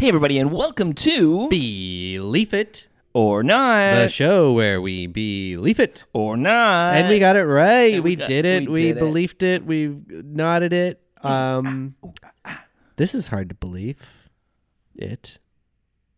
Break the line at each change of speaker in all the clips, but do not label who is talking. Hey, everybody, and welcome to
Believe It
or Not,
the show where we believe it
or Not.
And we got it right. We,
we got-
did it.
we
We,
did it.
believed it. We nodded it. Um, this is hard to believe. It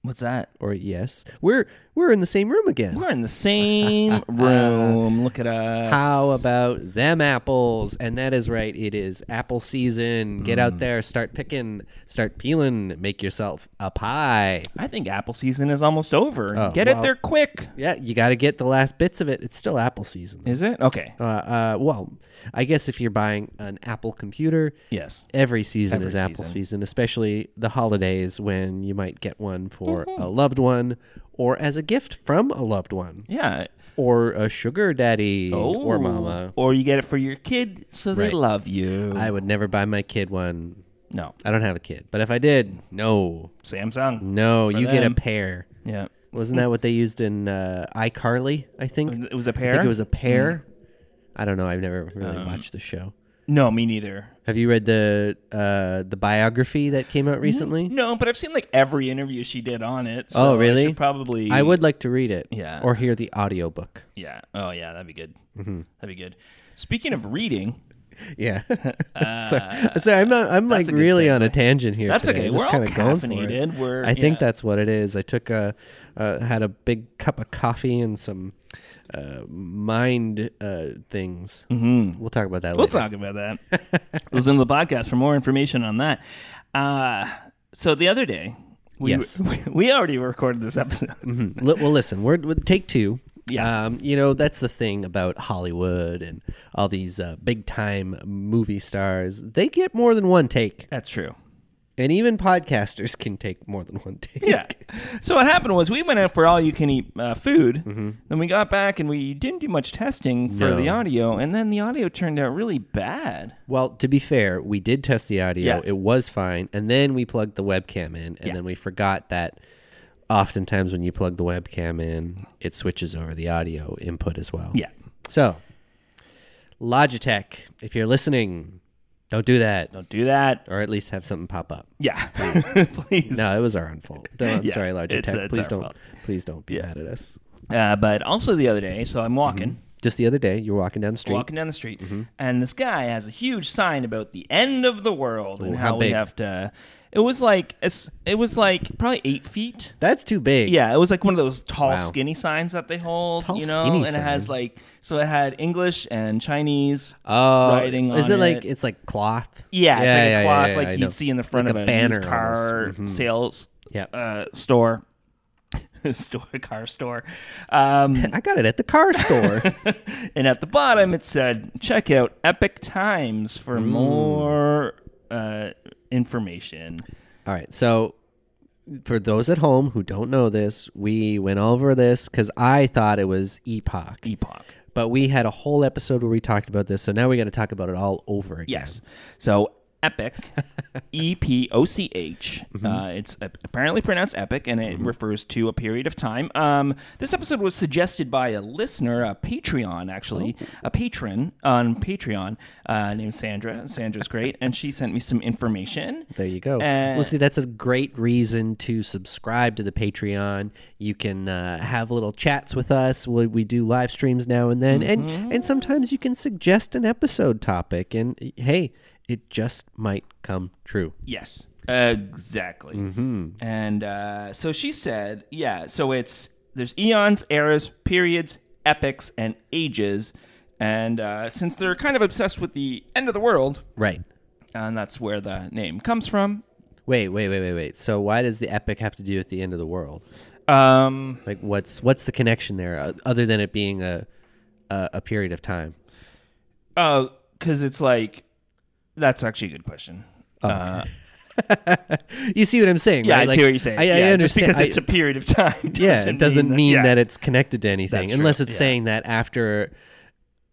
What's that?
or yes, we're we're in the same room again. Uh,
We're in the same room. Look at us.
How uh, about them apples? And that is right. It is apple season. Get
Hmm.
out there, start picking, start peeling, make yourself a pie.
I think apple season is almost over.
Oh,
Get it
well-
there quick.
Yeah, you got to get the last bits of it. It's still apple season.
Is it? Okay.
Uh, uh, well, I guess if you're buying an Apple computer,
Yes.
every season
Every
is Apple
season.
season, especially the holidays when you might get one for a
Mm-hmm.
loved one or as a gift from a loved one
Yeah. Oh,
or a sugar daddy or mama.
Or you get it for your kid so they
Right.
love you.
I would never buy my kid one.
no.
I don't have a kid, but if I did, no,
Samsung.
no,
For
you get a
them.
pair.
Yeah.
Wasn't that what they used in uh, iCarly? I think
It was a
I
pair? Mm. Um.
think it was a pair. I don't know. I've never really watched the show.
No, me neither.
Have you read the uh, the biography that came out recently?
No, but I've seen like every interview she did on it. so
oh,
I
really?
should probably.
I would like to read it.
Yeah.
Or hear the audiobook.
Yeah. Oh, yeah. That'd be good.
Mm-hmm.
That'd be good. Speaking of reading,
Yeah. so, so I'm not, I'm like
Uh, a good
really on a
segue.
tangent here.
That's
today.
okay.
I'm just
We're all
kinda going for it.
caffeinated. We're-
I think
yeah.
that's what it is. I took a uh, had a big cup of coffee and some uh, mind uh, things. Mm-hmm. We'll talk about that
we'll
later.
talk about that. Listen to the podcast for more information on that. Uh, so the other day, we,
Yes.
we, we already recorded this episode.
Li- well, listen, we're, we take two.
Yeah.
Um, you know, that's the thing about Hollywood and all these uh, big time movie stars. They get more than one take.
That's true.
And even podcasters can take more than one take.
Yeah. So what happened was we went out for all you can eat uh, food. Then we got back and we didn't do much testing for
No.
the audio, and then the audio turned out really bad.
Well, to be fair, we did test the audio.
Yeah.
It was fine. And then we plugged the webcam in. And
Yeah.
then we forgot that oftentimes when you plug the webcam in, it switches over the audio input as well.
Yeah.
So, Logitech, if you're listening, don't do that.
Don't do that.
or at least have something pop up.
Yeah. Please.
No, it was our own fault. No, I'm
Yeah,
sorry, Logitech.
it's- it's
please
our
don't,
fault.
please don't be
Yeah.
mad at us.
Uh, but also the other day, so I'm walking,
Just the other day, you were walking down the street. Mm-hmm.
walking down the street, and this guy has a huge sign about the end of the world and
Ooh,
how,
how
we
big?
have to. It was like it's- it was like probably eight feet.
That's too big.
Yeah, it was like one of those tall,
Wow.
skinny signs that they hold,
Tall,
you know,
skinny
and it has
sign.
like so it had English and Chinese
Oh,
writing
is it
on
like
it.
it's like cloth?
Yeah, it's like a cloth
yeah,
like
I
you'd
know.
see in the front
Like
of a, used car
almost. Mhm.
sales
Yep.
uh, store. store car store. Um,
I got it at the car store.
and at the bottom it said, check out Epic Times for more uh, information.
All right, so for those at home who don't know this, we went over this because I thought it was epoch,
Epoch.
but we had a whole episode where we talked about this. So now we got to talk about it all over again.
Yes. So epic, E P O C H. Uh, It's a- apparently pronounced epic, and it refers to a period of time. Um, this episode was suggested by a listener, a Patreon actually, a patron on Patreon uh, named Sandra. Sandra's great, and she sent me some information.
There you go.
Uh,
well, see, that's a great reason to subscribe to the Patreon. You can uh, have little chats with us. We, we do live streams now and then,
Mm-hmm.
and and sometimes you can suggest an episode topic. And hey, it just might come true.
Yes, exactly.
Mm-hmm.
And uh, so she said, yeah. So it's there's eons, eras, periods, epics, and ages. And uh, since they're kind of obsessed with the end of the world,
Right.
and that's where the name comes from.
Wait, wait, wait, wait, wait. So why does the epic have to do with the end of the world?
Um,
Like, what's what's the connection there, uh, other than it being a a, a period of time?
because it's like that's actually a good question. Uh,
you see what I'm saying?
Yeah,
right?
I
Like,
see what you're saying.
I, I
yeah, just
understand-
because
I-
it's a period of time. Doesn't
yeah, it doesn't mean,
yeah.
that it's connected to anything,
That's true,
unless it's
yeah.
saying that after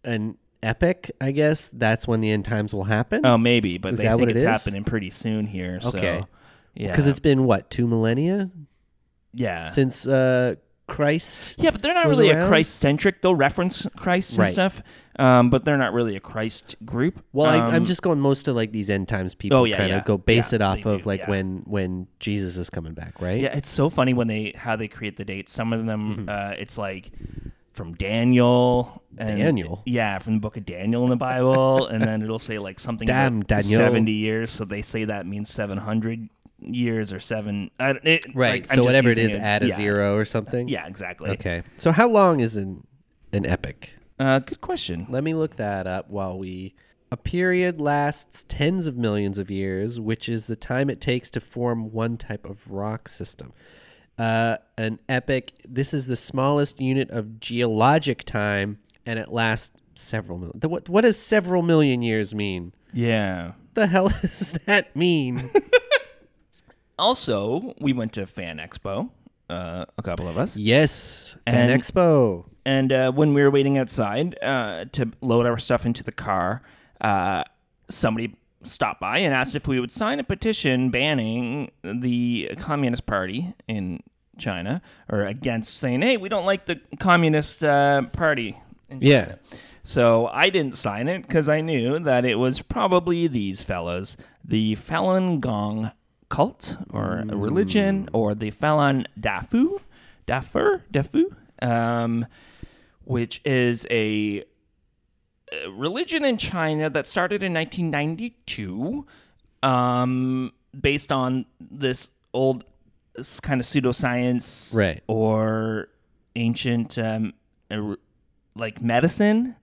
an epic, I guess that's when the end times will happen.
Oh, maybe, but
Is
they
that
think
what it
it's
is?
happening pretty soon here. So,
Okay.
yeah,
because it's been what two millennia
yeah.
since uh, Christ.
yeah, but they're not
was
really a
around?
Christ centric. They'll reference Christ and
Right.
stuff, um, but they're not really a Christ group.
Well, I, I'm
Um,
just going most of like these end times people
Oh, yeah,
kind of
yeah.
go base
Yeah,
it off
they
of
do,
like
yeah.
when when Jesus is coming back, right?
Yeah, it's so funny when they how they create the dates. Some of them,
Mm-hmm.
uh, it's like from Daniel. And,
Daniel?
Yeah, from the book of Daniel in the Bible, and then it'll say like something
Damn,
about
Daniel.
seventy years. So they say that means seven hundred years or seven. I, don't- it,
Right.
like, I'm
so
just
whatever it
using
is, add a
yeah.
zero or something.
Yeah, exactly.
Okay. So how long is an an epic?
Uh, good question.
Let me look that up while we. A period lasts tens of millions of years, which is the time it takes to form one type of rock system. Uh, an epoch. This is the smallest unit of geologic time, and it lasts several million. What what does several million years mean?
Yeah.
The hell does that mean?
Also, we went to Fan Expo. Uh, a couple of us.
yes, an
And-
expo.
And uh, when we were waiting outside uh, to load our stuff into the car, uh, somebody stopped by and asked if we would sign a petition banning the Communist Party in China or against saying, hey, we don't like the Communist uh, Party. In China.
Yeah.
So I didn't sign it because I knew that it was probably these fellows, the Falun Gong cult or religion or the Falun Dafu, Dafur, Dafu, um, which is a uh, religion in China that started in 1992, um, based on this old s- kind of pseudoscience
Right.
or ancient um, er- like medicine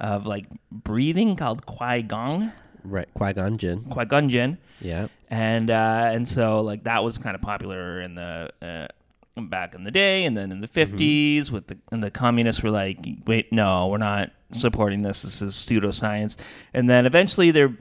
of like breathing called Kwai Gong,
Right, Qui Gon Jinn.
Kwai Gunjin
Yeah.
and uh, and so like that was kind of popular in the uh, back in the day, and then in the 50s with the and the communists were like, wait, no, we're not supporting this. This is pseudoscience, and then eventually there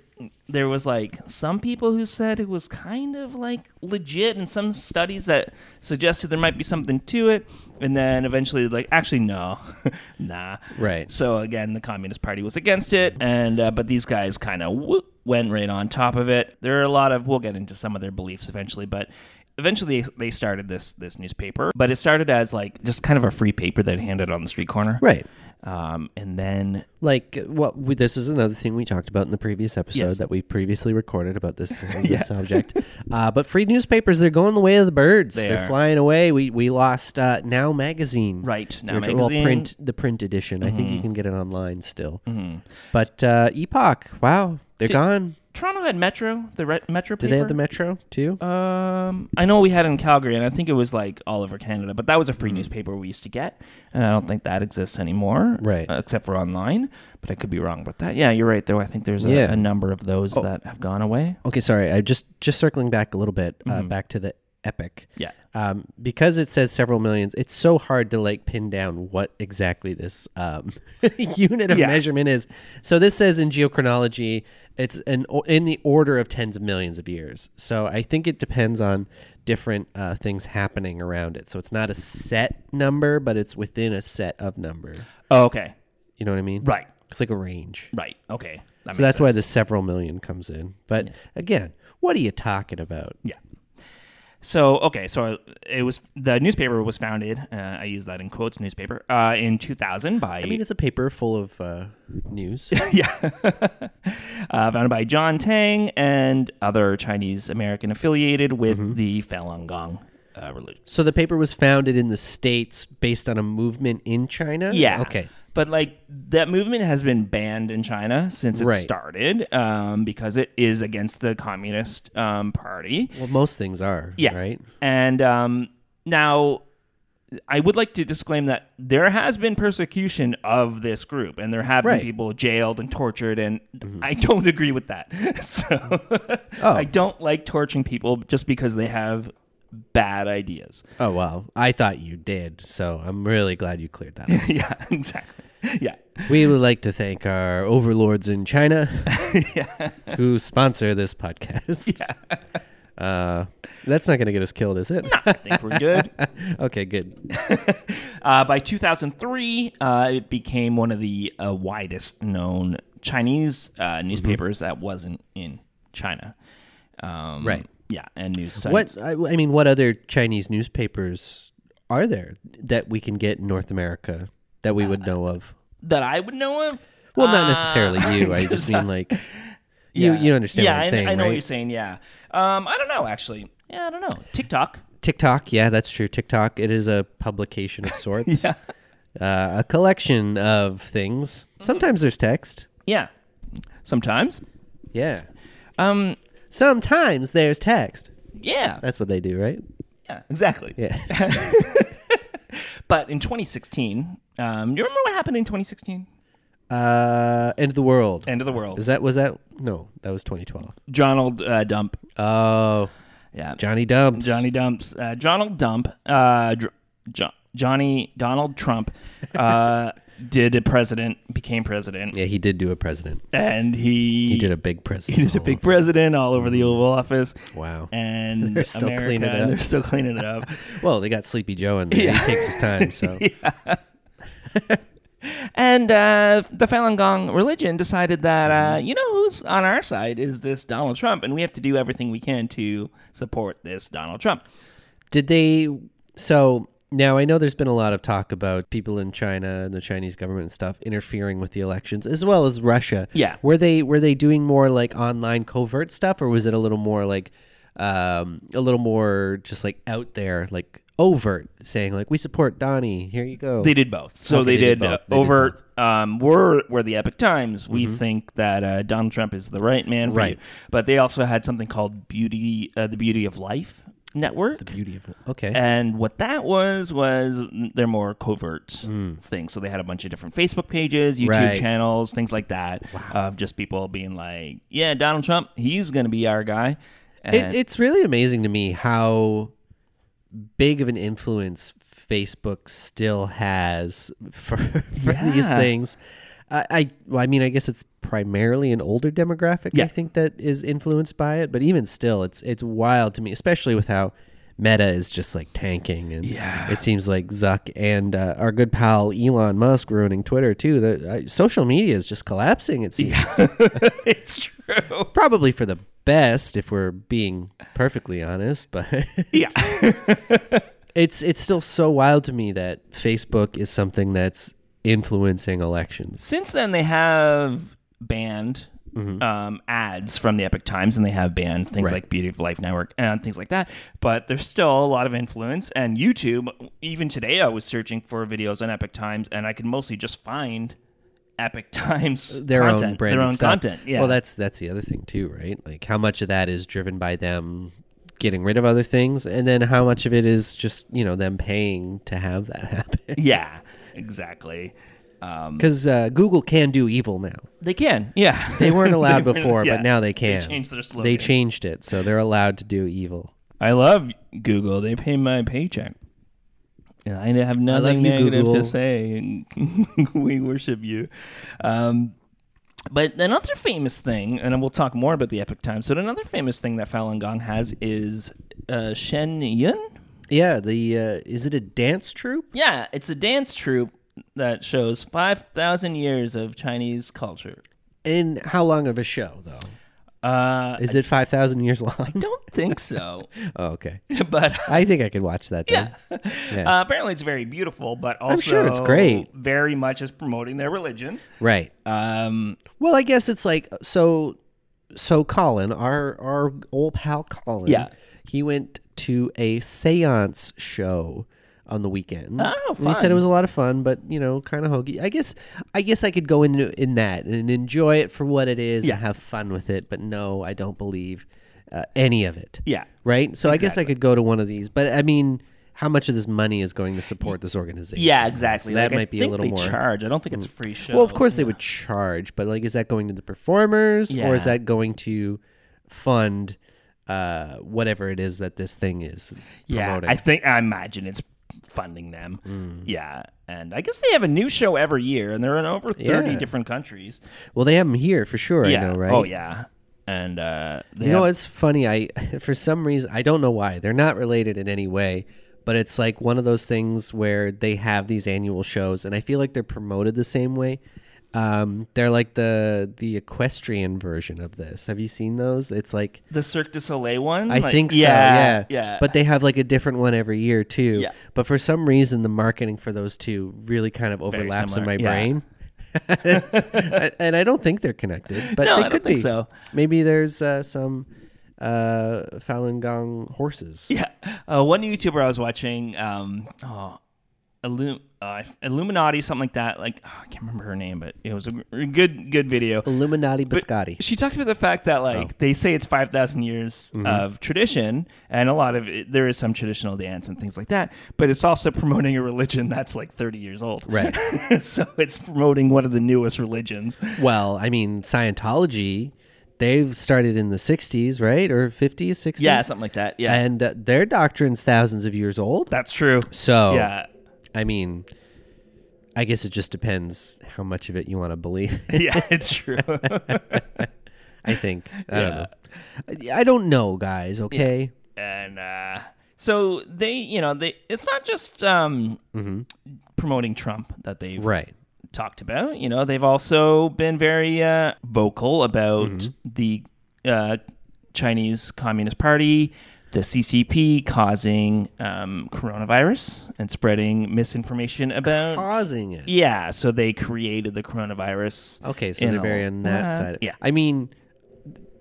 there was like some people who said it was kind of like legit, and some studies that suggested there might be something to it, and then eventually like actually no, nah,
Right.
so again, the Communist Party was against it, and uh, but these guys kind of whoop, went right on top of it. There are a lot of we'll get into some of their beliefs eventually, but eventually they started this this newspaper. But it started as like just kind of a free paper that handed on the street corner,
Right.
Um, and then
like what we, this is another thing we talked about in the previous episode
Yes.
that we previously recorded about this, this subject uh, but free newspapers they're going the way of the birds
They
they are
are.
flying away we we lost uh, now magazine
Right, Now
Which- well,
Magazine. Mm-hmm.
print the print edition i think you can get it online still but uh, epoch wow they're gone
Toronto had Metro, the re- Metro
do
paper.
they have the metro too
Um, I know we had it in Calgary, and I think it was like all over Canada, but that was a free newspaper we used to get, and I don't think that exists anymore,
Right.
uh, except for online. But I could be wrong about that. Yeah, you're right. Though I think there's a,
Yeah.
a number of those that have gone away.
okay sorry i just just circling back a little bit uh, back to the epic
Mm-hmm. Yeah.
um, because it says several millions, it's so hard to like pin down what exactly this um, unit of
Yeah.
measurement is. So this says in geochronology, it's an o- in the order of tens of millions of years. So I think it depends on different uh, things happening around it. So it's not a set number, but it's within a set of number.
Oh, okay.
You know what I mean?
Right.
It's like a range.
Right. Okay. That
So that's why the several million comes in. But again, what are you talking about?
Yeah. So okay, so it was the newspaper was founded. Uh, I use that in quotes. Newspaper uh, in 2000 by
I mean, it's a paper full of uh, news.
yeah, uh, founded by John Tang and other Chinese American affiliated with the Falun Gong uh, religion.
So the paper was founded in the states based on a movement in China.
Yeah.
Okay.
But like that movement has been banned in China since it
Right.
started um, because it is against the Communist um, Party.
Well, most things are.
Yeah.
Right.
And um, now I would like to disclaim that there has been persecution of this group and there have
Right. Mm-hmm.
been people jailed and tortured and I don't agree with that. so
Oh.
I don't like torturing people just because they have bad ideas.
Oh well, I thought you did. So I'm really glad you cleared that. up.
yeah, exactly. Yeah.
we would like to thank our overlords in China, who sponsor this podcast. Uh, that's not going to get us killed, is it?
I think we're good.
okay, good.
Uh, by 2003, uh, it became one of the uh, widest known Chinese uh,
Mm-hmm.
newspapers that wasn't in China. Um,
Right.
Yeah, and news sites.
What I, I mean, what other Chinese newspapers are there that we can get in North America that we would know of?
that I would know of?
Well, not
Uh,
necessarily you. I just mean like you.
yeah.
You understand
yeah,
what I'm
I,
saying,
I know
right?
what you're saying. Yeah. Um, I don't know actually. Yeah, I don't know. TikTok.
TikTok, yeah, that's true. TikTok, it is a publication of sorts, uh, a collection of things.
Mm-hmm.
Sometimes there's text.
Yeah. Sometimes.
Yeah.
Um.
Sometimes there's text.
Yeah.
That's what they do, right?
Yeah. Exactly.
Yeah.
But in 2016, um, you remember what happened in 2016?
Uh, end of the world.
End of the world.
Is that was that? No, that was 2012.
Donald uh, Dump.
Oh,
Yeah.
Johnny Dumps.
Johnny Dumps. Uh, Donald Dump. Uh, Dr- Jo- Johnny Donald Trump uh, did a president, became president,
Yeah, he did do a president.
and he,
He did a big president. Oh,
he did a big president all over the Oval Office.
Wow.
And
They're still
America,
cleaning it up.
They're still cleaning it up.
Well, they got Sleepy Joe in there. He takes his time. So
and uh, the Falun Gong religion decided that
Mm-hmm.
uh, you know who's on our side is this Donald Trump, and we have to do everything we can to support this Donald Trump.
did they? So now I know there's been a lot of talk about people in China and the Chinese government and stuff interfering with the elections, as well as Russia.
Yeah.
Were they were they doing more like online covert stuff, or was it a little more like, um, a little more just like out there, like overt, saying like we support Donnie. Here you go.
They did both. So
Okay,
they,
they did
did, uh,
both. They did
overt. um, we're we're the Epic Times. We think that uh, Donald Trump is the right man, for you.
Right.
But they also had something called Beauty, uh, the Beauty of Life Network.
Beauty of okay.
And what that was was they're more covert things. So they had a bunch of different Facebook pages, YouTube
Mm. Right.
channels, things like that, of just people being like, "Yeah, Donald Trump, he's going to be our guy." And
It, it's really amazing to me how big of an influence Facebook still has for, for these
Yeah.
things. I, I, well, I mean, I guess it's primarily an older demographic.
Yeah.
I think that is influenced by it, but even still, it's it's wild to me, especially with how Meta is just like tanking, and yeah. it seems like Zuck and uh, our good pal Elon Musk ruining Twitter too. The uh, social media is just collapsing. It seems
it's true.
probably for the best if we're being perfectly honest but
Yeah.
it's it's still so wild to me that facebook is something that's influencing elections
Since then, they have banned um, ads from the Epic Times, and they have banned things
Mm-hmm. Right.
like Beauty of Life Network and things like that. But there's still a lot of influence, and YouTube. Even today, I was searching for videos on Epic Times, and I could mostly just find Epic Times
their
content,
own brand
their own
stuff.
content. Yeah,
well that's that's the other thing too right like how much of that is driven by them getting rid of other things and then how much of it is just you know them paying to have that happen
yeah, exactly. Mm.
because uh, google can do evil now
They can, yeah.
they weren't allowed before
yeah.
but now they can
changed their slogan.
they changed it so they're allowed to do evil
I love Google. They pay my paycheck. And I have nothing
you,
negative
Google.
to say. we worship you. Um, but another famous thing, and we'll talk more about the Epic Times, but another famous thing that Falun Gong has is uh, Shen Yun.
Yeah, the uh, is it a dance troupe?
Yeah, it's a dance troupe that shows 5,000 years of Chinese culture.
And how long of a show though?
Uh,
Is it five thousand years long?
don't think so.
Oh, okay.
but
I think I could watch that. Then. Yeah.
Uh, apparently, it's very beautiful, but also
sure it's great.
Very much is promoting their religion.
Right.
Um,
Well, I guess it's like so. So Colin, our our old pal Colin,
Yeah.
he went to a séance show on the weekend.
Oh,
And he said
fun.
it was a lot of fun, but you know, kind of hokey. I guess I guess I could go in in that and enjoy it for what it is
Yeah.
and have fun with it. But no, I don't believe uh, any of it.
Yeah.
Right. So I guess I could go to one of these, but I mean, how much of this money is going to support this organization?
yeah,
So
exactly.
that
Like, I
might be a
think
little
they
more.
charge. I don't think it's a free show.
Well, of course they would charge, but like, is that going to the performers or is
Yeah.
that going to fund uh, whatever it is that this thing is
Yeah,
promoting? Mm.
I think I imagine it's funding them. Yeah, and I guess they have a new show every year, and they're in over thirty
Yeah.
different countries.
well, they have them here for sure.
yeah.
I know, right?
Oh yeah. and uh, they
You know,
have-
it's funny. I for some reason I don't know why they're not related in any way, but it's like one of those things where they have these annual shows, and I feel like they're promoted the same way. Um, they're like the the equestrian version of this. Have you seen those? It's like
the Cirque du Soleil one.
I
Like,
think so.
yeah,
Yeah,
yeah.
But they have like a different one every year too.
Yeah.
But for some reason, the marketing for those two really kind of overlaps in
similar,
my
yeah.
brain. and I don't think they're connected, but
No,
they
I don't
could
think
be.
so.
Maybe there's uh, some uh, Falun Gong horses.
Yeah. Uh, one YouTuber I was watching, um, oh, Illum- uh, Illuminati, something like that. Like oh, I can't remember her name, but it was a g- good, good video.
Illuminati
But
biscotti.
She talked about the fact that like they say it's five thousand years of tradition, and a lot of it, there is some traditional dance and things like that. But it's also promoting a religion that's like thirty years old,
Right.
so it's promoting one of the newest religions.
well, I mean Scientology. They've started in the '60s, right, or '50s, '60s.
Yeah, something like that. Yeah,
And uh, their doctrine's thousands of years old.
that's true.
So
yeah,
I mean, I guess it just depends how much of it you want to believe.
yeah, it's true.
I think I don't know. I don't know, guys. Okay,
and uh, so they, you know, they it's not just um, promoting Trump that they've
right?
talked about. You know, they've also been very uh, vocal about
Mm-hmm.
the uh, Chinese Communist Party, the CCP, causing um, coronavirus and spreading misinformation about.
Causing it.
yeah, so they created the coronavirus.
Okay, so
in
they're
a-
very on that
Uh,
side.
Yeah,
I mean,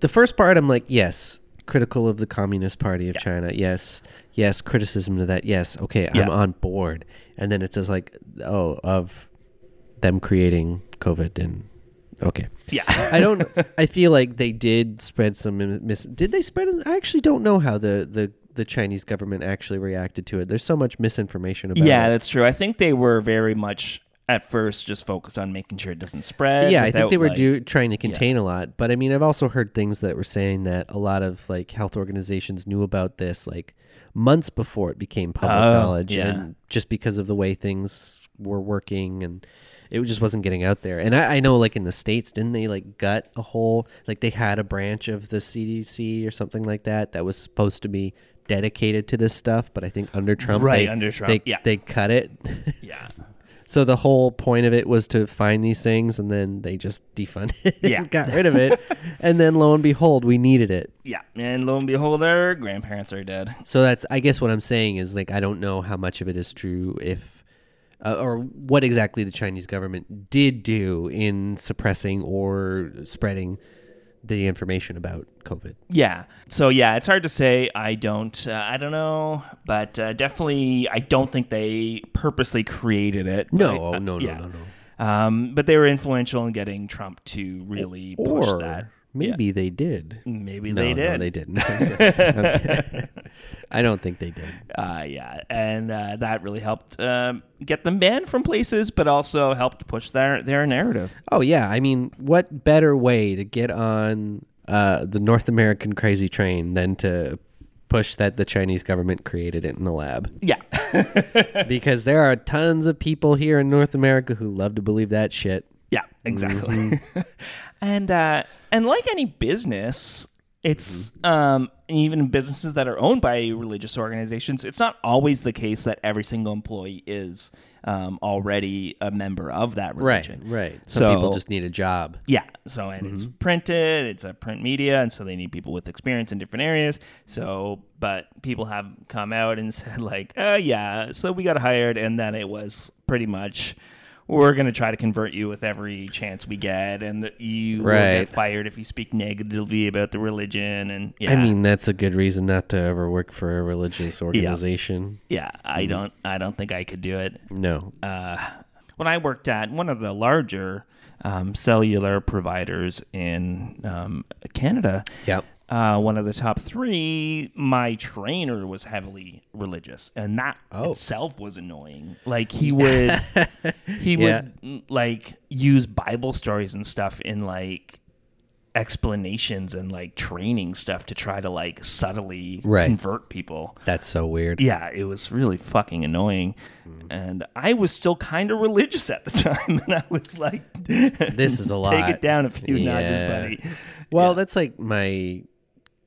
the first part, I'm like, yes, critical of the Communist Party of China. Yes, yes, criticism to that. Yes, okay,
Yeah.
I'm on board. And then it says like, oh, of them creating COVID and okay.
yeah.
I don't. I feel like they did spread some mis- mis. Did they spread? it? I actually don't know how the the the Chinese government actually reacted to it. There's so much misinformation about.
Yeah,
it.
that's true. I think they were very much at first just focused on making sure it doesn't spread.
yeah. I think
without,
they were
like-
do, trying to contain a lot, but I mean, I've also heard things that were saying that a lot of like health organizations knew about this like months before it became public
Oh,
knowledge,
yeah.
and just because of the way things were working and. It just wasn't getting out there, and I, I know, like in the states, didn't they like gut a whole like they had a branch of the CDC or something like that that was supposed to be dedicated to this stuff, but I think under Trump, they,
Right, under Trump,
they,
yeah.
they cut it.
Yeah.
So the whole point of it was to find these things, and then they just defunded it,
Yeah.
and got rid of it, and then lo and behold, we needed it.
Yeah. And lo and behold, our grandparents are dead.
So that's, I guess, what I'm saying is like I don't know how much of it is true, if uh, or what exactly the Chinese government did do in suppressing or spreading the information about COVID.
Yeah. So yeah, it's hard to say. I don't. Uh, I don't know. But uh, definitely, I don't think they purposely created it.
No,
But,
oh,
uh,
no, no,
yeah.
no, no.
Um, but they were influential in getting Trump to really push
or
that.
maybe they did.
Maybe
No,
they did.
No, they didn't. Okay. I don't think they did.
Uh, yeah, and uh, that really helped um, get them banned from places, but also helped push their their narrative.
Oh yeah, I mean, what better way to get on uh, the North American crazy train than to push that the Chinese government created it in the lab?
Yeah.
because there are tons of people here in North America who love to believe that shit.
Yeah, exactly.
Mm-hmm.
and uh, and like any business, it's
Mm-hmm.
um, even businesses that are owned by religious organizations. It's not always the case that every single employee is um, already a member of that religion.
right. Some people just need a job.
Yeah. So and it's
Mm-hmm.
printed, it's a print media, and so they need people with experience in different areas. So but people have come out and said like, "Oh yeah, so we got hired and then it was pretty much we're going to try to convert you with every chance we get and that you will
Right.
get fired if you speak negatively about the religion and yeah.
I mean, that's a good reason not to ever work for a religious organization.
yeah, I
Mm-hmm.
don't I don't think I could do it.
No.
when I worked at one of the larger um, cellular providers in um, Canada,
Yep.
uh, one of the top three, my trainer was heavily religious, and that
Oh.
itself was annoying. Like he would, he mm,
Yeah.
would like use Bible stories and stuff in like explanations and like training stuff to try to like subtly
Right.
convert people.
That's so weird.
Yeah, it was really fucking annoying.
Mm.
And I was still kind of religious at the time. And I was like,
This is a lot.
Take it down a few notches,
Yeah.
buddy.
Well, that's like my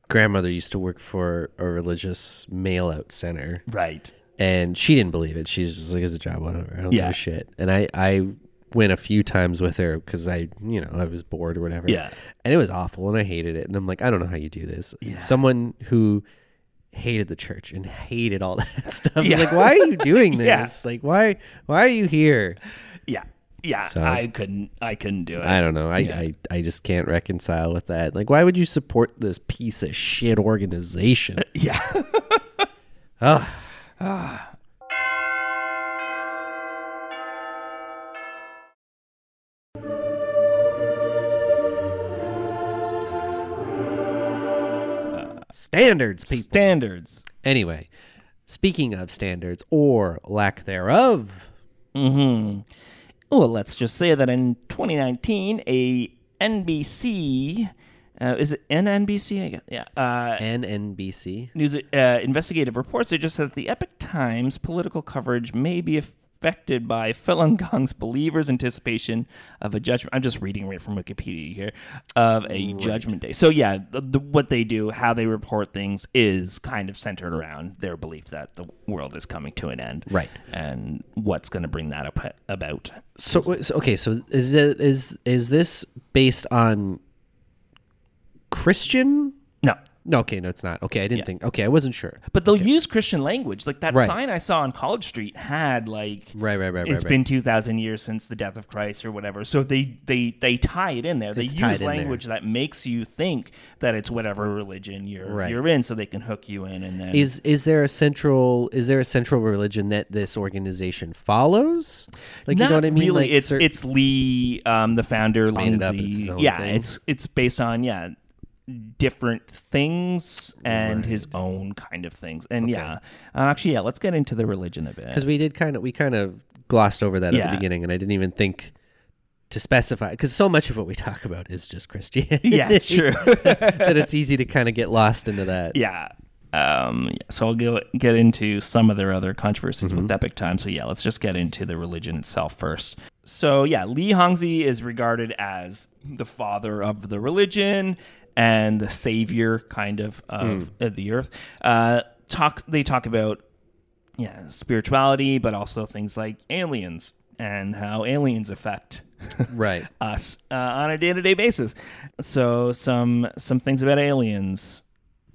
grandmother used to work for a religious mail out center.
Right.
and she didn't believe it. She's just like, "It's a job, whatever. I don't
Yeah.
give a shit." And I, I went a few times with her because I, you know, I was bored or whatever.
Yeah.
and it was awful, and I hated it. And I'm like, I don't know how you do this. Someone who hated the church and hated all that stuff. I was
Yeah.
Like, why are you doing this?
Yeah.
Like, why, why are you here?
Yeah. Yeah.
So-
I couldn't, I couldn't do it.
I don't know. I, I, I just can't reconcile with that. Like, why would you support this piece of shit organization?
yeah.
Standards, people.
Standards.
Anyway, speaking of standards or lack thereof,
Well, let's just say that in 2019, a NBC, uh, is it NNBC? I guess. Yeah. Uh,
NNBC.
News uh, investigative reports suggest that the Epic Times political coverage may be affected by Falun Gong's believers' anticipation of a judgment. I'm just reading right from Wikipedia here of a judgment day. So yeah, the, the, what they do, how they report things, is kind of centered around their belief that the world is coming to an end,
Right.
And what's going to bring that up about?
So, wait, so okay, so is it, is is this based on Christian?
No.
No, okay, no, it's not. Okay, I didn't think. Okay, I wasn't sure.
But they'll use Christian language. Like that
Right.
sign I saw on College Street had like
Right, right, right, right.
It's
right.
been 2000 years since the death of christ or whatever so they they they tie it in there they
It's tied
use
in there.
language that makes you think that it's whatever religion you're
Right.
you're in so they can hook you in and then
Is is there a central is there a central religion that this organization follows? Like
not
you know what I mean?
really
like
it's
cer-
it's lee um the founder
Made it up, it's
lindsay
his own
yeah
thing.
it's it's based on yeah different things and his own kind of things and yeah uh, actually yeah let's get into the religion a bit
because we did kind of we kind of glossed over that at
Yeah.
the beginning and i didn't even think to specify because so much of what we talk about is just christianity
yeah it's true
that it's easy to kind of get lost into that
yeah. Um, yeah. So I'll go, get into some of their other controversies with Epic Time. So yeah, let's just get into the religion itself first. So yeah, Li Hongzhi is regarded as the father of the religion and the savior kind of of, of the earth. Uh, talk. They talk about yeah spirituality, but also things like aliens and how aliens affect
right
us uh, on a day-to-day basis. So some some things about aliens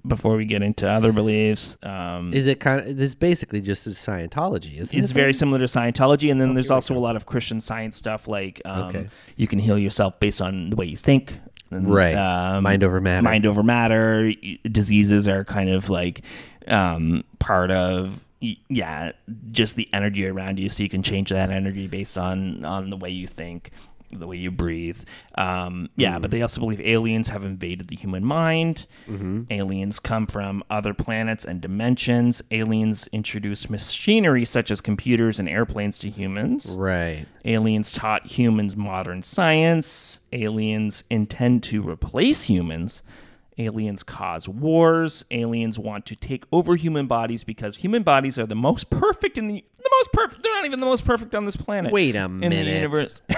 before we get into other beliefs. Um,
is it kind of this basically just is scientology isn't
it's
it
very similar to Scientology, and then there's also a lot of Christian Science stuff like um,
Okay.
you can heal yourself based on the way you think. And, um,
Right. Mind over matter.
Mind over matter. y- Diseases are kind of like um, part of y- yeah, just the energy around you, so you can change that energy based on on the way you think. The way you breathe, um, yeah. But they also believe aliens have invaded the human mind. Aliens come from other planets and dimensions. Aliens introduced machinery such as computers and airplanes to humans.
right
Aliens taught humans modern science. Aliens intend to replace humans. Aliens cause wars. Aliens want to take over human bodies because human bodies are the most perfect in the the most perfect. They're not even the most perfect on this planet.
Wait a
in
minute.
The universe.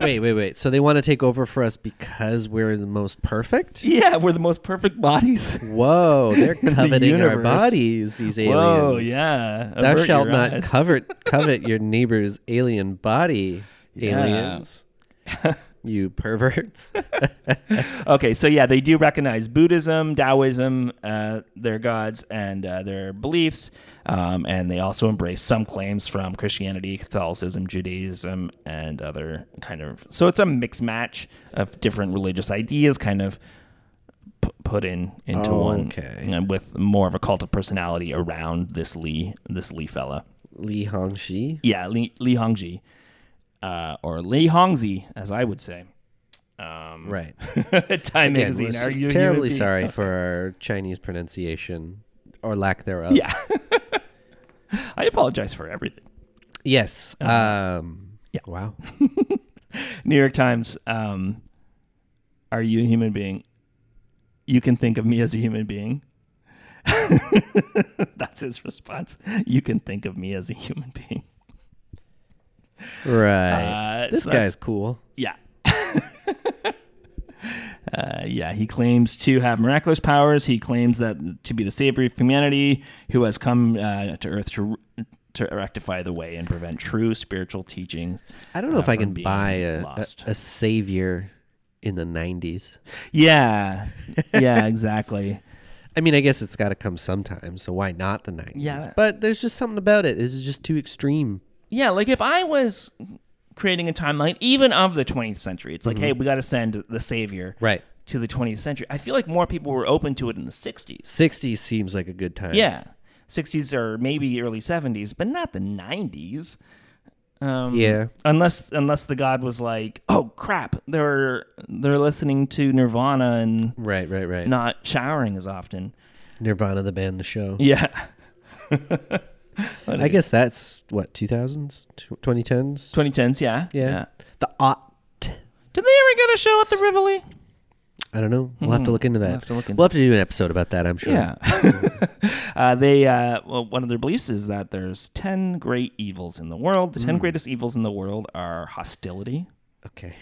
wait wait wait so they want to take over for us because we're the most perfect
yeah, we're the most perfect bodies.
whoa they're coveting our
universe.
bodies these aliens
Whoa, yeah.
thou
avert
shalt
your
not
eyes.
covet covet your neighbor's alien body aliens you perverts
Okay, so yeah, they do recognize Buddhism, Taoism, uh, their gods, and uh, their beliefs, um, and they also embrace some claims from Christianity, Catholicism, Judaism, and other kind of. So it's a mixed match of different religious ideas, kind of p- put in into
Oh,
one,
okay.
and with more of a cult of personality around this Lee, this Lee fella.
Li Hongxi.
Yeah, Lee, Lee Hongji, uh, or Lee Hongzi, as I would say.
Right.
Time
Again,
magazine.
we're
are you- you
terribly
would be-
sorry for our Chinese pronunciation or lack thereof.
Yeah. I apologize for everything.
Yes.
Uh-huh.
Um, Wow.
New York Times um, Are you a human being? You can think of me as a human being. That's his response. You can think of me as a human being.
Right.
Uh,
this
so that's-
guy's cool.
Yeah. Uh, yeah, he claims to have miraculous powers. He claims that to be the savior of humanity, who has come uh, to Earth to to rectify the way and prevent true spiritual teachings.
I don't know
uh,
if I
from
can
being
buy a, a,
lost.
a savior in the 90s.
Yeah, yeah, exactly.
I mean, I guess it's got to come sometime, so why not the 90s?
Yeah.
But there's just something about it. It's just too extreme.
Yeah, like if I was creating a timeline, even of the 20th century, it's like, hey, we got to send the savior
Mm-hmm. Right.
to the 20th century. I feel like more people were open to it in the 60s.
60s seems like a good time.
Yeah, 60s or maybe early 70s, but not the 90s. Um,
Yeah.
unless unless the god was like, oh crap, they're they're listening to Nirvana and
Right, right, right.
not showering as often.
Nirvana, the band, the show.
Yeah,
I guess that's what, 2000s? Tw- 2010s?
2010s. Yeah,
yeah. The aught.
Did they ever get a show at the Rivoli?
I don't know. We'll have to look into that. We'll
Mm-hmm. have to look into
do an episode about that, I'm sure.
Yeah. uh, they uh, well, one of their beliefs is that there's ten great evils in the world. The ten
Mm.
greatest evils in the world are hostility,
Okay.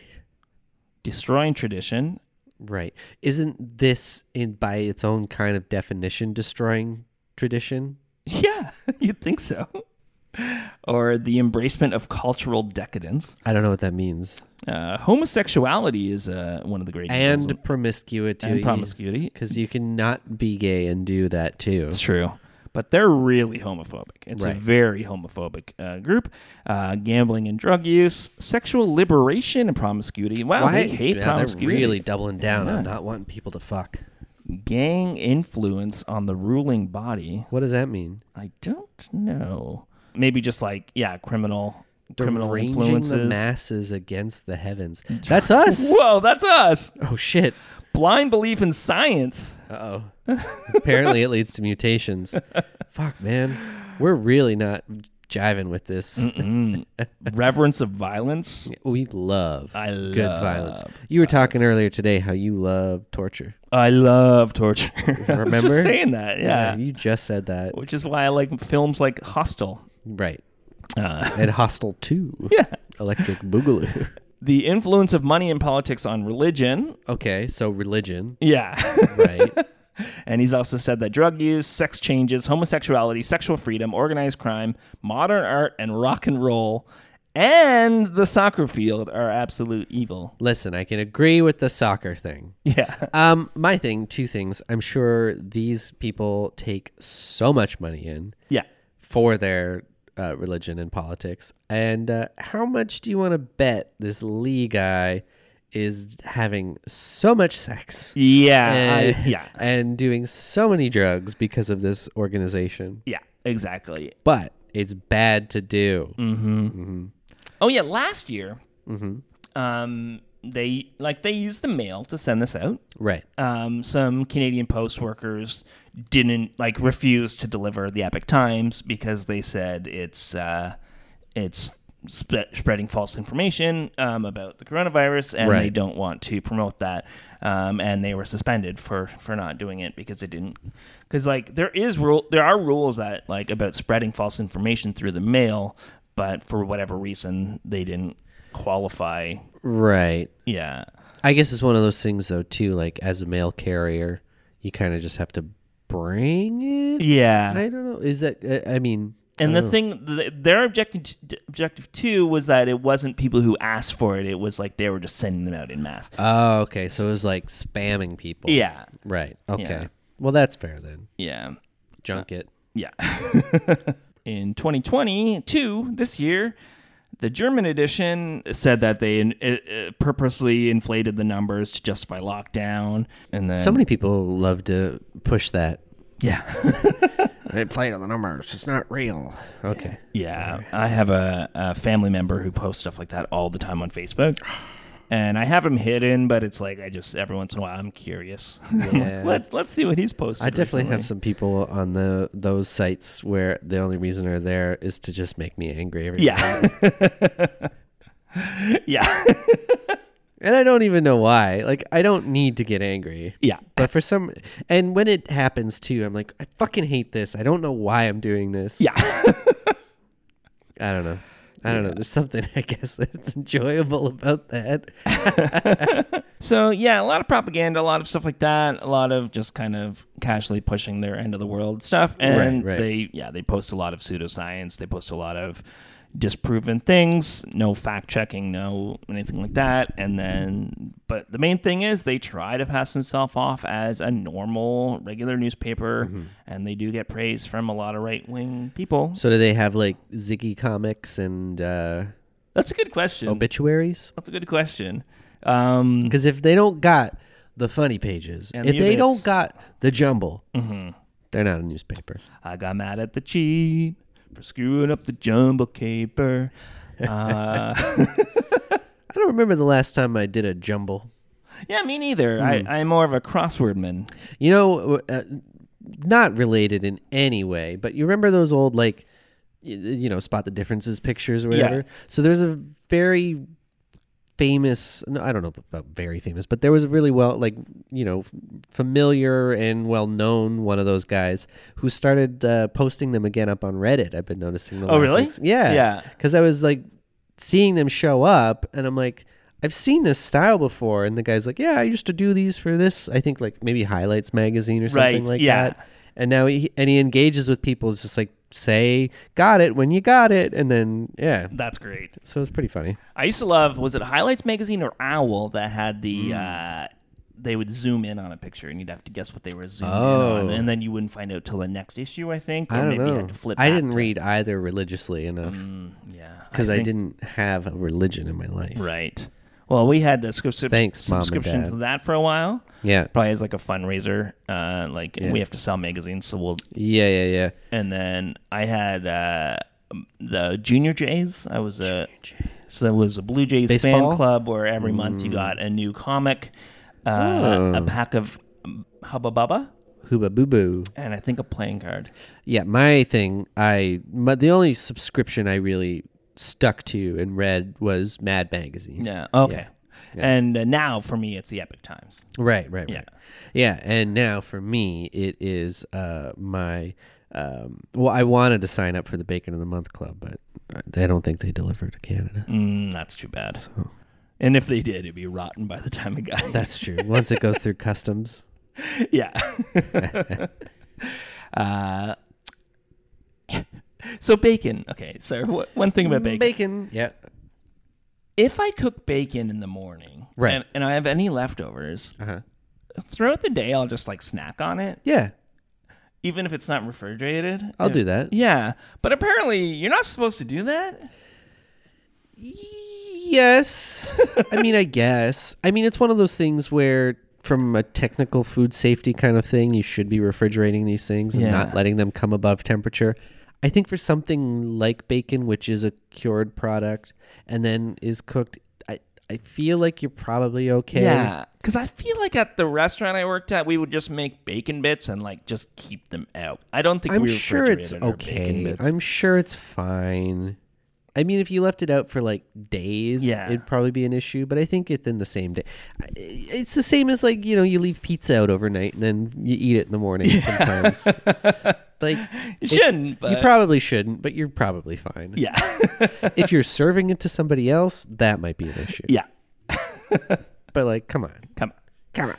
destroying tradition.
Right. Isn't this in by its own kind of definition destroying tradition?
Yeah, you'd think so. Or the embracement of cultural decadence.
I don't know what that means.
Uh, homosexuality is uh, one of the great evils.
And promiscuity.
And promiscuity.
Because you cannot be gay and do that too.
It's true. But they're really homophobic. It's
Right.
a very homophobic uh, group. Uh, gambling and drug use, sexual liberation and promiscuity. Wow, they hate
yeah, they're
promiscuity.
really doubling down on not wanting people to fuck.
gang influence on the ruling body.
What does that mean?
I don't know. Maybe just like yeah, criminal criminal
Deranging
influences.
the masses against the heavens. That's us.
Whoa, that's us.
Oh shit.
Blind belief in science.
Uh oh. Apparently, it leads to mutations. Fuck, man. We're really not jiving with this.
Reverence of violence.
We love
I
good violence.
love
You were talking earlier today how you love torture.
I love torture. I was
Remember?
just saying that, yeah.
you just said that.
Which is why I like films like Hostel.
Right. and Hostel 2.
Yeah.
Electric Boogaloo.
The influence of money and politics on religion.
okay, so religion.
Yeah.
Right.
And he's also said that drug use, sex changes, homosexuality, sexual freedom, organized crime, modern art, and rock and roll and the soccer field are absolute evil.
Listen, I can agree with the soccer thing.
Yeah.
Um, my thing, two things. I'm sure these people take so much money in.
Yeah.
for their uh, religion and politics. And uh, how much do you want to bet this Lee guy is having so much sex?
Yeah.
and,
I- yeah.
and doing so many drugs because of this organization.
Yeah. Exactly.
But it's bad to do.
Oh yeah, last year um they like they used the mail to send this out.
Right.
um, some Canadian post workers didn't like refuse to deliver the Epic Times because they said it's uh, it's sp- spreading false information um, about the coronavirus and they
Right.
don't want to promote that. Um, and they were suspended for for not doing it because they didn't because like there is rule there are rules that like about spreading false information through the mail, but for whatever reason they didn't qualify.
Right.
Yeah.
I guess it's one of those things, though, too. Like, as a mail carrier, you kind of just have to bring it.
Yeah.
I don't know. Is that, uh, I mean,
And the thing, th their objective t- objective two was that it wasn't people who asked for it. It was like they were just sending them out in mass.
oh, okay. So it was like spamming people.
yeah,
Right. Okay.
Yeah.
Well, that's fair then.
yeah,
Junket.
yeah. in 2022, this year, the German edition said that they uh, uh, purposely inflated the numbers to justify lockdown. And then
So many people love to push that.
yeah.
They played on the numbers. It's not real.
Okay.
Yeah, I have a, a family member who posts stuff like that all the time on Facebook. And I have him hidden, but it's like I just every once in a while I'm curious.
Yeah.
let's let's see what he's posted.
I definitely have
recently.
some people on the those sites where the only reason they're there is to just make me angry every
Yeah. yeah.
And I don't even know why. Like I don't need to get angry.
Yeah.
But for some and when it happens too, I'm like, I fucking hate this. I don't know why I'm doing this.
Yeah.
I don't know. I don't know. There's something I guess that's enjoyable about that.
So yeah, a lot of propaganda, a lot of stuff like that, a lot of just kind of casually pushing their end of the world stuff, and
Right, right.
they yeah they post a lot of pseudoscience, they post a lot of disproven things, no fact checking, no anything like that, and then but the main thing is they try to pass themselves off as a normal regular newspaper,
Mm-hmm.
and they do get praise from a lot of right wing people.
So do they have like Ziggy comics and uh,
That's a good
Mm.
question.
obituaries?
That's a good question. Um,
Because if they don't got the funny pages,
And
if
the
they don't
obits.
got the jumble, they're not a newspaper.
I got mad at the cheat for screwing up the jumble caper. Uh,
I don't remember the last time I did a jumble.
yeah, me neither.
Hmm.
I, I'm more of a crossword man.
You know, uh, not related in any way, but you remember those old like, y- you know, spot the differences pictures or
Yeah.
whatever. So there's a very famous. No, I don't know about very famous, but there was a really well like you know familiar and well known one of those guys who started uh, posting them again up on Reddit. I've been noticing. The
Oh,
last
really?
six- yeah,
Yeah.
Because I was like seeing them show up, and I'm like. I've seen this style before, and the guy's like, "Yeah, I used to do these for this. I think like maybe Highlights magazine or something
Right,
like
yeah.
that." And now he and he engages with people. It's just like say, "Got it" when you got it, and then yeah.
That's great.
So it's pretty funny.
I used to love, was it Highlights Magazine or Owl that had the.
Hmm.
Uh, they would zoom in on a picture, and you'd have to guess what they were zooming in on,
Oh.
and then you wouldn't find out till the next issue, I think, or
I don't
maybe
know.
you had to flip.
I
back
didn't
to- Mm,
read either religiously enough
yeah,
because I,
think-
didn't have a religion in my life.
Right. Well, we had the subscription
Thanks, Mom and
subscription
Dad.
to that for a while.
Yeah.
Probably as like a fundraiser, uh, like we have to sell magazines, so we'll
Yeah, yeah, yeah.
and then I had uh, the Junior Jays. I was a so there was a Blue Jays
Baseball?
fan club where every month you got a new comic, uh, a pack of um, Hubba Bubba,
Hooba boo boo.
and I think a playing card.
Yeah, my thing. I my, the only subscription I really stuck to and read was Mad Magazine.
Yeah. Okay. And uh, now for me, it's the Epic Times.
Right, right, right.
Yeah.
Yeah. and now for me, it is uh, my. Um, well, I wanted to sign up for the Bacon of the Month Club, but I don't think they deliver to Canada.
Mm, that's too bad. And if they did, it'd be rotten by the time it got.
That's true. Once it goes through customs,
Yeah. uh, so bacon. Okay. So wh- one thing about
Mm,
bacon.
bacon. Yeah,
If I cook bacon in the morning,
Right.
and, and I have any leftovers,
Uh-huh.
throughout the day I'll just like snack on it,
yeah.
even if it's not refrigerated.
I'll
If-
do that.
Yeah, but apparently you're not supposed to do that.
Yes. I mean, I guess. I mean, it's one of those things where, from a technical food safety kind of thing, you should be refrigerating these things and
Yeah.
not letting them come above temperature. I think for something like bacon, which is a cured product and then is cooked, I, I feel like you're probably okay.
Yeah, because I feel like at the restaurant I worked at, we would just make bacon bits and like just keep them out. I don't think
I'm
we
sure it's
refrigerated our bacon
okay.
bits.
I'm sure it's fine. I mean, if you left it out for like days,
Yeah.
it'd probably be an issue. But I think it's in the same day. I- It's the same as like you know you leave pizza out overnight and then you eat it in the morning sometimes. like
You
it's-
shouldn't,
you
but-
probably shouldn't, but you're probably fine.
yeah,
if you're serving it to somebody else, that might be an issue.
yeah.
But like, come on,
Come on.
come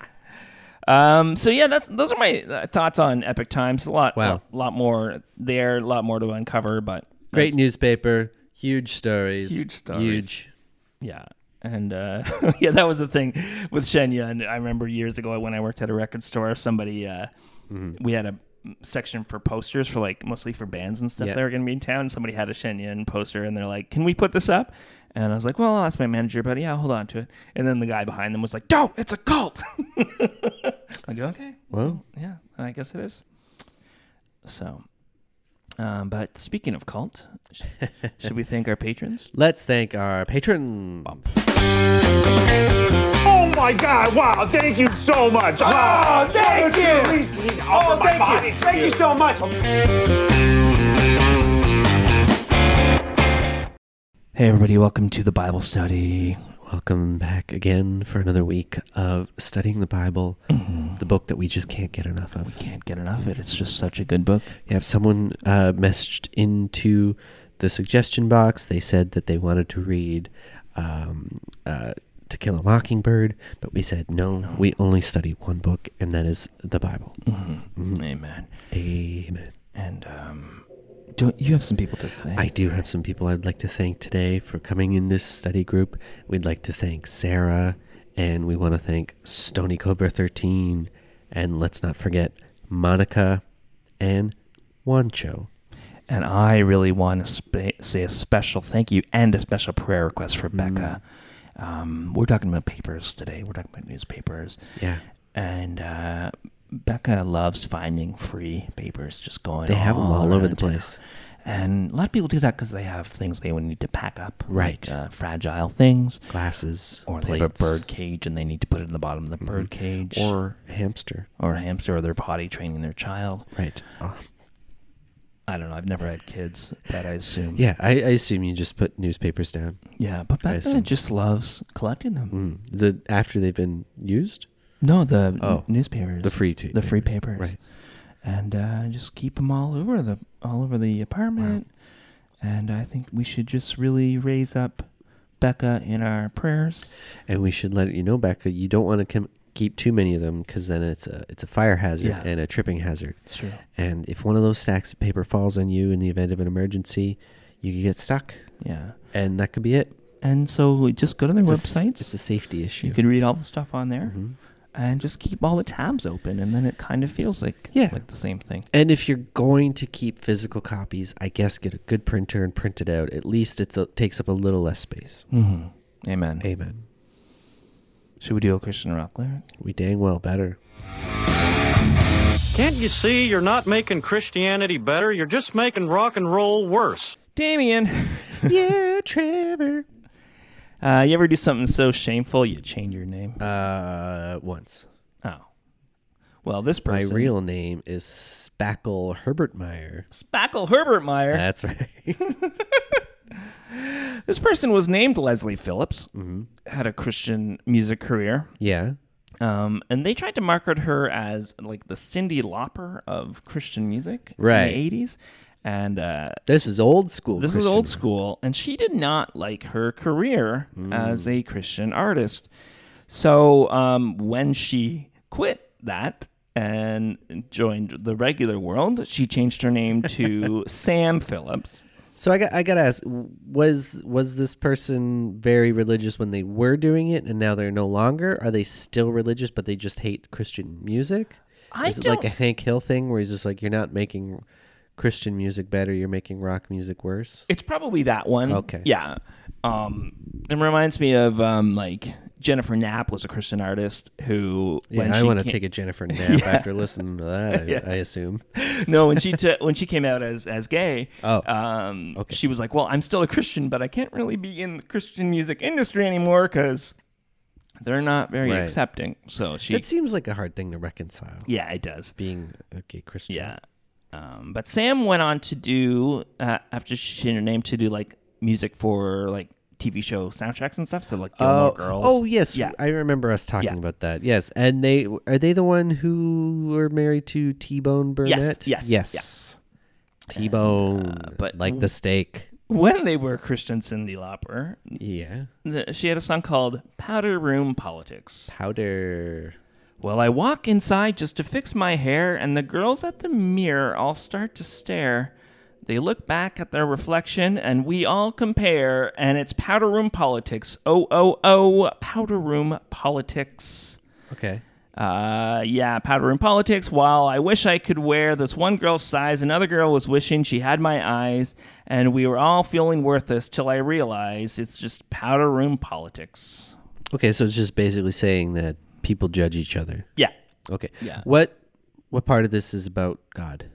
on.
Um, so yeah, that's those are my uh, thoughts on Epic Times. A lot,
Wow.
a lot more there, a lot more to uncover, but
Great newspaper, huge stories,
Huge stories.
huge.
yeah. And uh, yeah, that was the thing with Shenya. And I remember years ago when I worked at a record store, somebody uh,
Mm-hmm.
we had a section for posters for like mostly for bands and stuff
Yeah.
that were going to be in town. And somebody had a Shenyun poster, and they're like, "Can we put this up?" And I was like, "Well, I'll ask my manager, but yeah, I'll hold on to it." And then the guy behind them was like, "No, it's a cult." I go, "Okay."
Well,
yeah, I guess it is. So, um, but speaking of cult, sh- should we thank our patrons?
let's thank our patron.
Oh my God! Wow! Thank you so much.
Oh,
Wow! thank you. Oh, thank you. Thank you so much.
Hey, everybody, welcome to the Bible study.
Welcome back again for another week of studying the Bible, the book that we just can't get enough of.
Mm-hmm. Can't get enough of it. It's just such a good book.
Yep, someone uh, messaged into the suggestion box. They said that they wanted to read um, uh, To Kill a Mockingbird, but we said no, we only study one book, and that is the Bible.
Mm.
Mm.
Amen.
Amen.
And um, don't you have some people to thank?
I do have some people I'd like to thank today for coming in this study group. We'd like to thank Sarah, and we want to thank Stony Cobra 13, and let's not forget Monica and Wancho.
and I really want to sp- say a special thank you and a special prayer request for Becca.
Mm.
Um, we're talking about papers today. We're talking about newspapers.
Yeah.
And uh, Becca loves finding free papers, just going.
They have 'em all over the
around town.
place.
And a lot of people do that because they have things they would need to pack up,
Right.
Like, uh, fragile things,
Glasses,
or they
plates, Mm-hmm.
have a bird cage and they need to put it in the bottom of the bird cage,
or hamster.
or a hamster, or they're potty training their child.
Right. Oh,
I don't know. I've never had kids, but I assume.
yeah, I, I assume you just put newspapers down.
Yeah, but Becca
assume.
just loves collecting them.
The after they've been used,
No, the
Oh,
newspapers,
the free t-
the free
papers,
papers,
right.
And uh, just keep them all over the all over the apartment. And I think we should just really raise up Becca in our prayers.
and we should let you know, Becca. You don't want to com- keep too many of them because then it's a it's a fire hazard
Yeah.
and a tripping hazard.
It's true.
And if one of those stacks of paper falls on you in the event of an emergency, you could get stuck,
Yeah.
and that could be it.
And so just go to their
It's a s- Mm-hmm.
websites.
it's a safety issue.
you can read all the stuff on there, and just keep all the tabs open, and then it kind of feels like
Yeah.
like the same thing.
And if you're going to keep physical copies, I guess get a good printer and print it out. At least it takes up a little less space.
Mm. Amen.
Amen.
Should we do a Christian rock lyric?
We dang well better.
Can't you see you're not making Christianity better? You're just making rock and roll worse.
Damien.
yeah, Trevor.
Uh, you ever do something so shameful you change your name?
Uh, once.
oh. Well, this
My
person.
real name is Spackle Herbert Meyer.
Spackle Herbert Meyer.
That's right.
this person was named Leslie Phillips,
Mm-hmm.
had a Christian music career,
yeah.
um, and they tried to market her as like the Cindy Lauper of Christian music
Right.
in the 80s. And uh,
This is old school.
this is
Christian.
old school, and she did not like her career
Hmm.
as a Christian artist. So um, when she quit that and joined the regular world, she changed her name to Sam Phillips.
So I got I got to ask was was this person very religious when they were doing it and now they're no longer? Are they still religious but they just hate Christian music?
I
Is it like
don't-
a Hank Hill thing where he's just like you're not making Christian music better, you're making rock music worse?
It's probably that one.
Okay.
Yeah. Um, it reminds me of um, like Jennifer Knapp was a Christian artist who when
Yeah, I
she
want to
came-
take a Jennifer nap after listening to that, I, I assume.
no, when she t- when she came out as as gay,
Oh,
um,
okay.
she was like, "Well, I'm still a Christian, but I can't really be in the Christian music industry anymore because they're not very
Right.
accepting." So she,
It seems like a hard thing to reconcile
yeah, it does.
being a gay Christian.
Yeah, um, but Sam went on to do uh, after she changed her name to do like music for like TV show soundtracks and stuff. So like
Oh,
Gilmore Girls.
oh yes,
yeah.
I remember us talking
Yeah.
about that. Yes, and they are they the one who were married to T Bone Burnett?
yes, Uh,
yes, T Bone,
but-
but like the steak.
when they were Christian Cindy Lauper,
Yeah,
th- she had a song called "Powder Room Politics."
powder.
Well, I walk inside just to fix my hair, and the girls at the mirror all start to stare. They look back at their reflection, and we all compare, and it's powder room politics. Oh, oh, oh, powder room politics.
Okay,
Uh, yeah, powder room politics. While I wish I could wear this one girl's size, another girl was wishing she had my eyes, and we were all feeling worthless till I realized it's just powder room politics.
okay. So it's just basically saying that people judge each other.
Yeah.
Okay.
Yeah.
What what part of this is about God?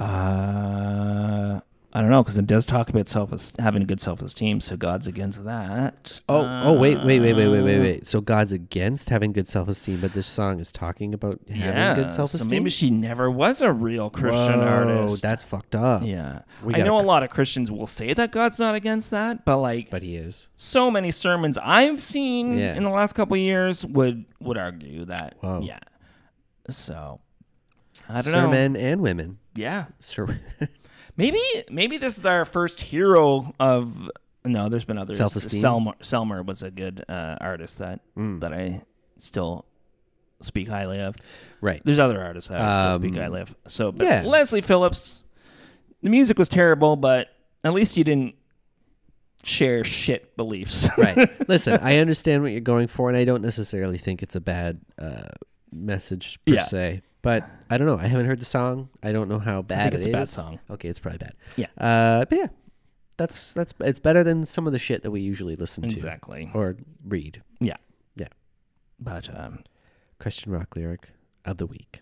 Uh, I don't know because it does talk about self having a good self esteem. So God's against that.
Oh, oh, wait, wait, wait, wait, wait, wait, wait. So God's against having good self esteem, but this song is talking about having good self
So
esteem.
maybe she never was a real Christian artist.
that's fucked up.
yeah.
We
I
gotta-
know a lot of Christians will say that God's not against that, but like
but he is.
so many sermons I've seen
Yeah.
in the last couple of years would would argue that.
Whoa.
Yeah. So I don't
Sir
know.
men and women.
Yeah.
Sir,
Maybe maybe this is our first hero of no. There's been others.
Self-esteem?
Selmer, Selmer was a good uh, artist that that I still speak highly of.
right.
There's other artists that I still speak
Um,
highly of. So, but
yeah.
Leslie Phillips, the music was terrible, but at least you didn't share shit beliefs.
right. Listen, I understand what you're going for, and I don't necessarily think it's a bad uh, message per
Yeah.
se. But I don't know. I haven't heard the song. I don't know how bad
think it's
it
a bad
is.
song.
Okay, it's probably bad.
Yeah.
Uh, but yeah, that's that's it's better than some of the shit that we usually listen
exactly.
to or read.
Yeah.
Yeah.
But um,
Christian rock lyric of the week.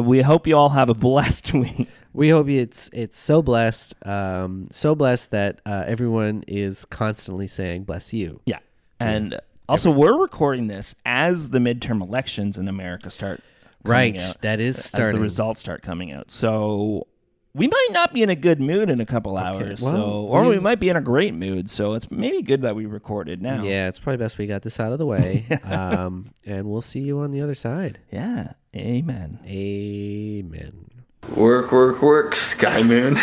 we hope you all have a blessed week.
We hope you- it's it's so blessed, um, so blessed that uh, everyone is constantly saying "bless you."
Yeah. And also, we're recording this as the midterm elections in America start. coming
Right,
out,
that is
As the
starting.
results start coming out. So we might not be in a good mood in a couple hours. so,
well,
or we
we-
might be in a great mood. So it's maybe good that we recorded now.
Yeah, it's probably best we got this out of the way. um, and we'll see you on the other side.
Yeah. Amen.
Amen.
Work, work, work, Sky Moon.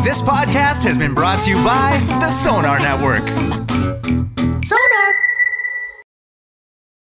This podcast has been brought to you by the Sonar Network.